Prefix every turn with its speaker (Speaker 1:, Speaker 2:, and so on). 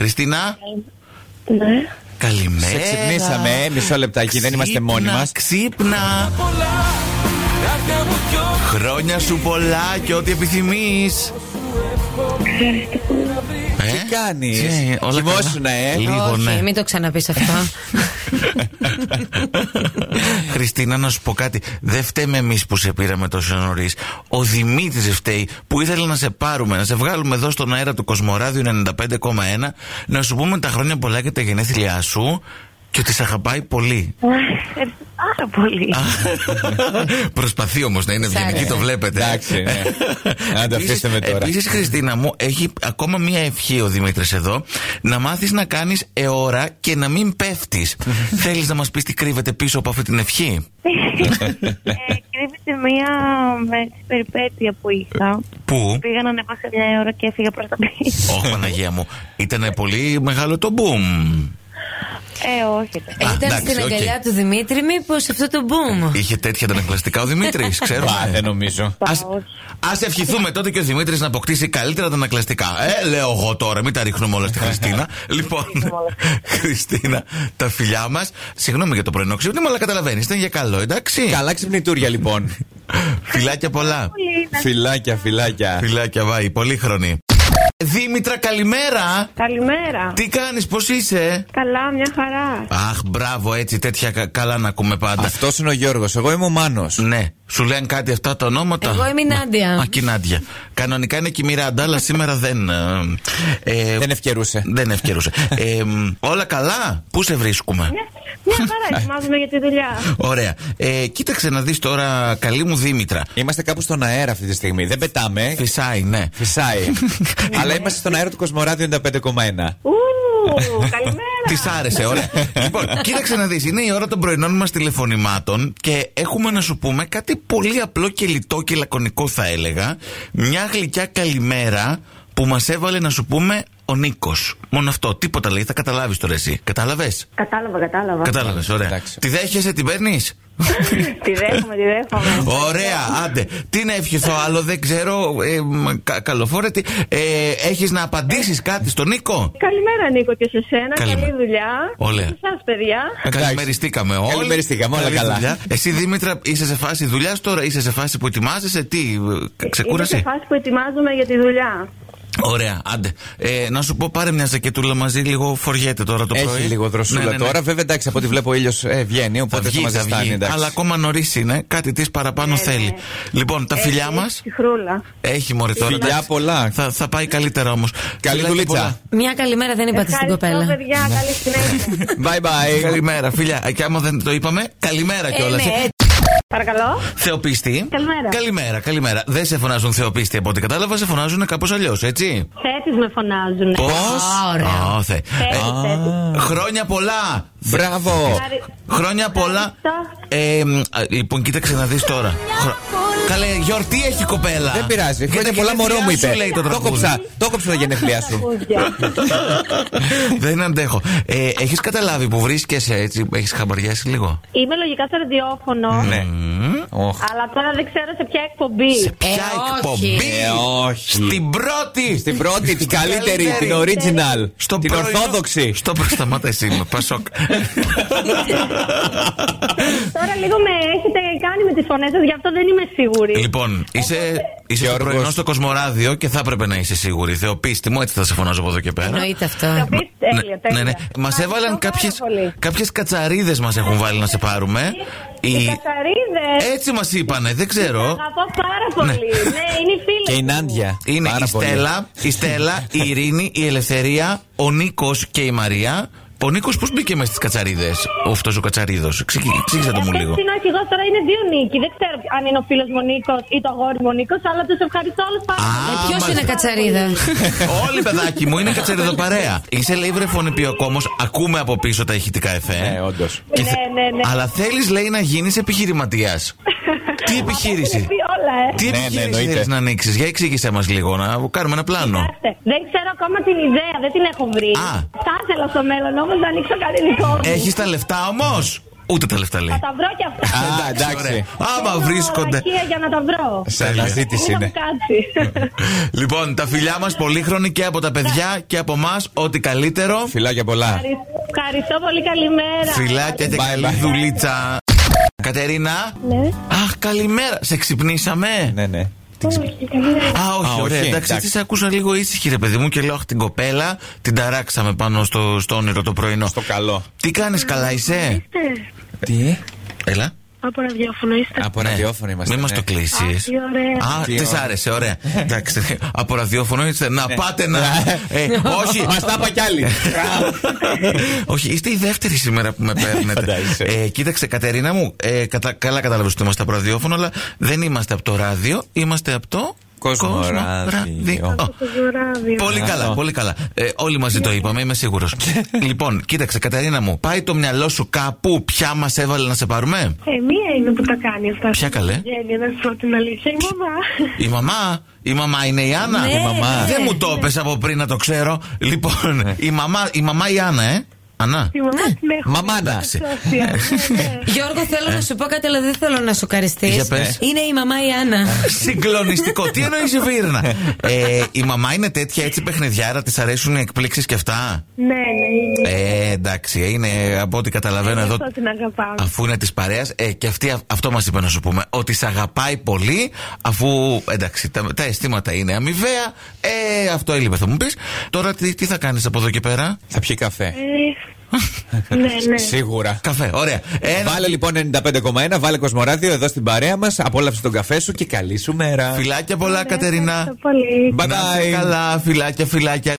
Speaker 1: Χριστίνα.
Speaker 2: Ναι.
Speaker 1: Καλημέρα.
Speaker 3: Σε ξυπνήσαμε, ε, μισό λεπτάκι, δεν είμαστε μόνοι μας.
Speaker 1: Ξύπνα. Χρόνια σου πολλά και ό,τι επιθυμείς Ε,
Speaker 3: Τι κάνεις?
Speaker 1: τι, όλα
Speaker 3: Κοιμόσουνα,
Speaker 1: καλά.
Speaker 3: ε.
Speaker 1: Λίγο,
Speaker 4: Όχι,
Speaker 1: ναι.
Speaker 4: μην το ξαναπείς αυτό.
Speaker 1: Χριστίνα, να σου πω κάτι. Δεν φταίμε εμείς που σε πήραμε τόσο νωρίς. Ο Δημήτρης φταίει που ήθελε να σε πάρουμε, να σε βγάλουμε εδώ στον αέρα του Κοσμοράδιου 95,1, να σου πούμε τα χρόνια πολλά και τα γενέθλιά σου και ότι σε αγαπάει πολύ.
Speaker 2: Πάρα πολύ.
Speaker 1: Προσπαθεί όμως να είναι ευγενική, το βλέπετε.
Speaker 3: Εντάξει, ναι. Να το αφήσετε με τώρα.
Speaker 1: Επίσης, Χριστίνα μου, έχει ακόμα μία ευχή ο Δημήτρης εδώ. Να μάθεις να κάνεις εώρα και να μην πέφτεις. Θέλεις να μας πεις τι κρύβεται πίσω από αυτή την ευχή.
Speaker 2: Ε, Κρύβεται μία ε, περιπέτεια που είχα.
Speaker 1: Πού?
Speaker 2: Πήγα να ανεβάσω μια ώρα και έφυγα προς τα πίσω.
Speaker 1: Όχι, Παναγία μου. Ήταν πολύ μεγάλο το boom.
Speaker 2: Ε, όχι. ρε.
Speaker 4: Ε, Ήταν
Speaker 1: εντάξει,
Speaker 4: στην
Speaker 1: οκ. Ε,
Speaker 4: αγκαλιά του Δημήτρη, μήπως αυτό το boom.
Speaker 1: Είχε τέτοια αντανακλαστικά ο Δημήτρης, ξέρω.
Speaker 3: Μπα, δεν νομίζω.
Speaker 1: Ας,
Speaker 2: Πάω.
Speaker 1: ας ευχηθούμε τότε και ο Δημήτρης να αποκτήσει καλύτερα αντανακλαστικά. Ε, λέω εγώ τώρα, μην τα ρίχνουμε όλα στη Χριστίνα. λοιπόν, Χριστίνα, τα φιλιά μας. Συγγνώμη για το πρωινό ξύπνημα, αλλά καταλαβαίνεις, ήταν για καλό, εντάξει.
Speaker 3: Καλά ξυπνητούρια λοιπόν.
Speaker 1: Φιλάκια πολλά.
Speaker 3: Φιλάκια, φιλάκια.
Speaker 1: Φιλάκια, βάει, πολύχρονη. Δήμητρα, καλημέρα!
Speaker 5: Καλημέρα.
Speaker 1: Τι κάνεις, πώς είσαι?
Speaker 5: Καλά, μια χαρά.
Speaker 1: Αχ, μπράβο, έτσι, τέτοια κα- καλά να ακούμε πάντα.
Speaker 3: Αυτός είναι ο Γιώργος. Εγώ είμαι ο Μάνος.
Speaker 1: Ναι, σου λένε κάτι αυτά τα ονόματα.
Speaker 4: Εγώ είμαι η Νάντια.
Speaker 1: Α, και η Νάντια. Κανονικά είναι και η Μιράντα, αλλά σήμερα δεν. ε, ε,
Speaker 3: Δεν ευκαιρούσε.
Speaker 1: δεν ευκαιρούσε. Ε, μ, όλα καλά. Πού σε βρίσκουμε.
Speaker 2: Ναι.
Speaker 5: Μια χαρά, ετοιμάζομαι για τη δουλειά.
Speaker 1: Ωραία. Ε, κοίταξε να δεις τώρα, καλή μου Δήμητρα.
Speaker 3: Είμαστε κάπου στον αέρα αυτή τη στιγμή. Δεν πετάμε.
Speaker 1: Φυσάει, ναι.
Speaker 3: Φυσάει. Αλλά είμαστε στον αέρα του Κοσμοράδιο 95,1.
Speaker 5: Ού, καλημέρα.
Speaker 1: Της άρεσε, ωραία. λοιπόν, κοίταξε να δεις. Είναι η ώρα των πρωινών μας τηλεφωνημάτων και έχουμε να σου πούμε κάτι πολύ απλό και λιτό και λακωνικό, θα έλεγα. Μια γλυκιά καλημέρα που μας έβαλε να σου πούμε ο Νίκος. Μόνο αυτό. Τίποτα λέει. Θα καταλάβεις τώρα εσύ. Κατάλαβες.
Speaker 5: Κατάλαβα, κατάλαβα.
Speaker 1: Κατάλαβες, ωραία.
Speaker 3: Εντάξει.
Speaker 1: Τη δέχεσαι, την παίρνεις.
Speaker 5: Τη δέχομαι, τη
Speaker 2: Ε.
Speaker 5: δέχομαι.
Speaker 1: Ωραία, άντε. Τι να ευχηθώ άλλο, δεν ξέρω. Ε, μ, κα- καλοφόρετη. Ε, Έχεις να απαντήσεις κάτι στον Νίκο.
Speaker 5: Καλημέρα, Νίκο, και σε σένα.
Speaker 1: Καλημέρα.
Speaker 5: Καλή δουλειά.
Speaker 1: Ωραία.
Speaker 5: Σε εσάς, παιδιά.
Speaker 3: Εντάξει.
Speaker 1: Ε, Καλημεριστήκαμε όλοι.
Speaker 3: Καλημεριστήκαμε, όλα
Speaker 1: Καλή
Speaker 3: καλά.
Speaker 1: δουλειά. Εσύ Δήμητρα είσαι σε φάση δουλειάς τώρα, είσαι σε φάση που ετοιμάζεσαι. Τι, ε, ξεκούρασε.
Speaker 5: Είμαι σε φάση που ετοιμάζομαι για τη δουλειά.
Speaker 1: Ωραία, άντε. Ε, να σου πω, πάρε μια ζακετούλα μαζί, λίγο φοριέται τώρα το πρωί.
Speaker 3: Έχει λίγο δροσούλα
Speaker 1: Ναι, ναι, ναι.
Speaker 3: τώρα. Βέβαια, εντάξει, από ό,τι βλέπω ο ήλιος βγαίνει,
Speaker 1: Θα
Speaker 3: οπότε θα,
Speaker 1: βγει,
Speaker 3: μας
Speaker 1: θα
Speaker 3: ζεστάνει.
Speaker 1: βγει.
Speaker 3: εντάξει.
Speaker 1: Αλλά ακόμα νωρίς είναι, κάτι της
Speaker 5: Ναι,
Speaker 1: παραπάνω θέλει. Λοιπόν, τα φιλιά μας.
Speaker 5: Ψυχρούλα.
Speaker 1: Έχει μωρή τώρα.
Speaker 3: Φιλιά
Speaker 1: εντάξει.
Speaker 3: πολλά.
Speaker 1: Θα, θα πάει καλύτερα όμως.
Speaker 3: Καλή δουλίτσα.
Speaker 4: Μια καλημέρα δεν είπατε στην
Speaker 5: Ευχαριστώ,
Speaker 4: κοπέλα.
Speaker 5: παιδιά. Καλή
Speaker 3: Bye
Speaker 5: συνέχεια.
Speaker 3: bye.
Speaker 1: Καλημέρα, φιλιά. Ε, Και άμα δεν το είπαμε, καλημέρα
Speaker 4: Ε,
Speaker 1: κιόλας.
Speaker 4: ναι, έτσι.
Speaker 5: Παρακαλώ.
Speaker 1: Θεοπίστη.
Speaker 5: Καλημέρα.
Speaker 1: Καλημέρα, καλημέρα. Δεν σε φωνάζουν Θεοπίστη από ό,τι κατάλαβα, σε φωνάζουν κάπως αλλιώς, έτσι.
Speaker 5: Θέτης με φωνάζουν.
Speaker 1: Πώ.
Speaker 4: Α, ωραία.
Speaker 1: Χρόνια πολλά!
Speaker 3: Μπράβο.
Speaker 1: Χρόνια πολλά! Ε, μ, α, λοιπόν, κοίταξε να δεις τώρα. Χρο- Καλέ, γιορτή έχει η κοπέλα!
Speaker 3: Δεν πειράζει. Χρόνια πολλά
Speaker 1: γενέθλιά
Speaker 3: μωρό μου
Speaker 1: σου,
Speaker 3: είπε.
Speaker 1: λέει το τραγούδι.
Speaker 3: κόψα. Το κόψα τα γενέθλιά σου.
Speaker 1: Δεν αντέχω. Ε, έχεις καταλάβει που βρίσκεσαι έτσι, έχεις χαμπαριάσει λίγο.
Speaker 5: Είμαι λογικά στο ραδιόφωνο.
Speaker 3: Ναι.
Speaker 1: Μμμ.
Speaker 3: Ωχ.
Speaker 5: Αλλά τώρα δεν ξέρω σε ποια εκπομπή.
Speaker 4: Ε,
Speaker 1: Ποια
Speaker 4: όχι.
Speaker 1: εκπομπή!
Speaker 3: Ε, όχι.
Speaker 1: Στην πρώτη!
Speaker 3: Στην πρώτη, την καλύτερη, την
Speaker 1: καλύτερη.
Speaker 3: original. Την
Speaker 1: πρωινό-
Speaker 3: ορθόδοξη.
Speaker 1: Στο προ- σταμάτα εσύ με, Πασόκ.
Speaker 5: Τώρα λίγο με έχετε κάνει με τις φωνές σας, γι' αυτό δεν είμαι σίγουρη.
Speaker 1: Λοιπόν, είσαι, είσαι στο
Speaker 3: Γιώργος.
Speaker 1: πρωινό στο Κοσμοράδιο και θα έπρεπε να είσαι σίγουρη. Θεοπίστη μου, έτσι θα σε φωνάζω από εδώ και πέρα.
Speaker 4: Εννοείται αυτό.
Speaker 5: Πεις, τέλεια, τέλεια.
Speaker 1: ναι, ναι. Μας
Speaker 5: Ευχαριστώ
Speaker 1: έβαλαν
Speaker 5: πάρα
Speaker 1: κάποιες
Speaker 5: πολύ.
Speaker 1: κάποιες κατσαρίδες μας έχουν βάλει να σε πάρουμε. Η-
Speaker 5: Οι κατσαρίδες
Speaker 1: Έτσι μας είπανε, δεν ξέρω.
Speaker 5: αγαπώ πάρα πολύ. ναι, είναι οι φίλοι.
Speaker 3: Και η
Speaker 5: μου.
Speaker 3: Νάντια.
Speaker 1: Είναι
Speaker 3: Πάρα
Speaker 1: η
Speaker 3: πολύ.
Speaker 1: Στέλλα, η Στέλλα, η Ειρήνη, η Ελευθερία, ο Νίκος και η Μαρία. Ο Νίκος πώς μπήκε μέσα στις κατσαρίδες, αυτός ο κατσαρίδος. Ξύξα το μου λίγο.
Speaker 5: Αυτός είναι ο αρχηγός, τώρα είναι δύο Νίκοι. Δεν ξέρω αν είναι ο φίλος μου ο Νίκος ή το αγόρι μου ο Νίκος, αλλά τους ευχαριστώ όλους πάρα
Speaker 1: Α,
Speaker 5: πολύ.
Speaker 4: Ποιος
Speaker 1: μάλιστα.
Speaker 4: Ε, είναι κατσαρίδα.
Speaker 5: Ε.
Speaker 1: Όλοι παιδάκι μου είναι κατσαριδοπαρέα. Είσαι λέει βρεφονιπιακόμο, ακούμε από πίσω τα ηχητικά εφέ.
Speaker 3: Ναι, όντως.
Speaker 1: Και
Speaker 5: Ναι,
Speaker 1: θε-
Speaker 5: ναι, ναι.
Speaker 1: Αλλά θέλεις λέει να γίνεις επιχειρηματίας. Τι
Speaker 5: Έχετε
Speaker 1: επιχείρηση.
Speaker 5: πει όλα, ε.
Speaker 1: Τι
Speaker 3: Ναι, ναι,
Speaker 1: επιχείρηση
Speaker 3: εννοείται.
Speaker 1: θέλεις να ανοίξεις, για εξήγησέ μας λίγο, να κάνουμε ένα πλάνο.
Speaker 5: Κοιτάξτε, Δεν ξέρω ακόμα την ιδέα, δεν την έχω βρει.
Speaker 1: Α.
Speaker 5: Θα ήθελα στο μέλλον όμως να ανοίξω κάτι δικό μου.
Speaker 1: Έχεις τα λεφτά όμως. Ούτε τα λεφτά λέει.
Speaker 5: Θα τα βρω κι αυτά.
Speaker 3: Α,
Speaker 1: Ωραία.
Speaker 3: εντάξει.
Speaker 1: Άμα
Speaker 5: Θέλω
Speaker 1: βρίσκονται.
Speaker 5: αρχεία για να τα βρω.
Speaker 3: Σε
Speaker 1: Τέλεια.
Speaker 3: αναζήτηση
Speaker 5: Μην
Speaker 3: είναι.
Speaker 5: μου κάτσει.
Speaker 1: Λοιπόν, τα φιλιά μας πολύχρονη και από τα παιδιά και από εμάς. Ό,τι καλύτερο.
Speaker 3: Φιλάκια πολλά.
Speaker 5: Ευχαριστώ πολύ, καλημέρα.
Speaker 1: Φιλάκια και
Speaker 3: Bye,
Speaker 1: καλή
Speaker 3: bye.
Speaker 1: δουλίτσα. Κατερίνα.
Speaker 5: Ναι.
Speaker 1: Αχ, καλημέρα. Σε ξυπνήσαμε.
Speaker 3: Ναι, ναι.
Speaker 5: Όχι, καλημέρα.
Speaker 1: Α, όχι,
Speaker 3: Α, όχι,
Speaker 1: ωραία. εντάξει,
Speaker 3: εντάξει.
Speaker 1: έτσι σε ακούσα λίγο ήσυχη, ρε παιδί μου, και λέω Αχ, την κοπέλα την ταράξαμε πάνω στο, στο όνειρο το πρωινό.
Speaker 3: Στο καλό.
Speaker 1: Τι κάνεις, καλά είσαι.
Speaker 2: Είστε
Speaker 3: Τι?
Speaker 1: Έλα.
Speaker 2: Ε, από ραδιόφωνο, είστε.
Speaker 3: Από ραδιόφωνο είμαστε.
Speaker 1: Μην μας
Speaker 3: ναι.
Speaker 1: το κλείσεις.
Speaker 2: Τι ωραία.
Speaker 1: Α,
Speaker 3: Τι
Speaker 1: της
Speaker 3: ωραία.
Speaker 1: άρεσε, ωραία. Εντάξει. Από ραδιόφωνο είστε. Να πάτε να. Ε, Όχι.
Speaker 3: Μας τα είπα κι άλλοι.
Speaker 1: Όχι, είστε η δεύτερη σήμερα που με παίρνετε.
Speaker 3: Φαντάζεσαι.
Speaker 1: ε, κοίταξε, Κατερίνα μου, ε, κατα... καλά κατάλαβε ότι είμαστε από ραδιόφωνο, αλλά δεν είμαστε από το ράδιο, είμαστε από το.
Speaker 3: Κοσμοράδιο.
Speaker 1: Κοσμοράδιο.
Speaker 2: Ζωράδι.
Speaker 1: Πολύ
Speaker 3: Αυτό.
Speaker 1: καλά, πολύ καλά. Ε, όλοι μαζί το είπαμε, είμαι σίγουρος. λοιπόν, κοίταξε, Καταρίνα μου, πάει το μυαλό σου κάπου ποια μας έβαλε να σε πάρουμε.
Speaker 2: Ε, μία είναι που τα κάνει αυτά.
Speaker 1: Ποια καλέ?
Speaker 2: Γέννη, να σου πω την αλήθεια.
Speaker 1: Η
Speaker 2: Η μαμά.
Speaker 1: μαμά, η μαμά είναι η Άννα.
Speaker 4: Ναι, Η μαμά.
Speaker 1: Δεν
Speaker 4: ναι.
Speaker 1: μου το έπεσε από πριν να το ξέρω. Λοιπόν, η μαμά, η μαμά η Άννα, ε. Ανά.
Speaker 2: Η μαμά την έχω.
Speaker 3: Μαμάνα.
Speaker 2: Σώσια. Ναι, ναι.
Speaker 4: Γιώργο, θέλω να σου πω κάτι, αλλά δεν θέλω να σοκαριστείς.
Speaker 1: Ε. Για πες. Ε.
Speaker 4: Είναι η μαμά η Άννα.
Speaker 1: Συγκλονιστικό. Τι εννοείς Βίρνα. ε, η μαμά είναι τέτοια έτσι παιχνιδιάρα, της αρέσουν οι εκπλήξεις και αυτά.
Speaker 2: Ναι, ναι, είναι.
Speaker 1: Ε, εντάξει, είναι από ό,τι καταλαβαίνω εδώ.
Speaker 2: Αυτό την αγαπάω.
Speaker 1: Αφού είναι της παρέας, ε, και αυτή α- αυτό μας είπε να σου πούμε. Ότι σε αγαπάει πολύ, αφού εντάξει, τα, τα αισθήματα είναι αμοιβαία. Ε, αυτό έλειπε, θα μου πεις. Τώρα τι, τι θα κάνεις από εδώ και πέρα.
Speaker 3: Θα πιει καφέ.
Speaker 2: Ε, ναι, Ε, ναι.
Speaker 3: Σίγουρα.
Speaker 1: Καφέ, ωραία. Ένα
Speaker 3: Βάλε λοιπόν 95,1, βάλε κοσμοράδιο εδώ στην παρέα μας. Απόλαυσε τον καφέ σου και καλή σου μέρα.
Speaker 1: φιλάκια πολλά, Κατερίνα.
Speaker 2: Ευχαριστώ πολύ.
Speaker 3: Bye
Speaker 1: Να είσαι
Speaker 3: bye.
Speaker 1: Καλά, φιλάκια, φιλάκια.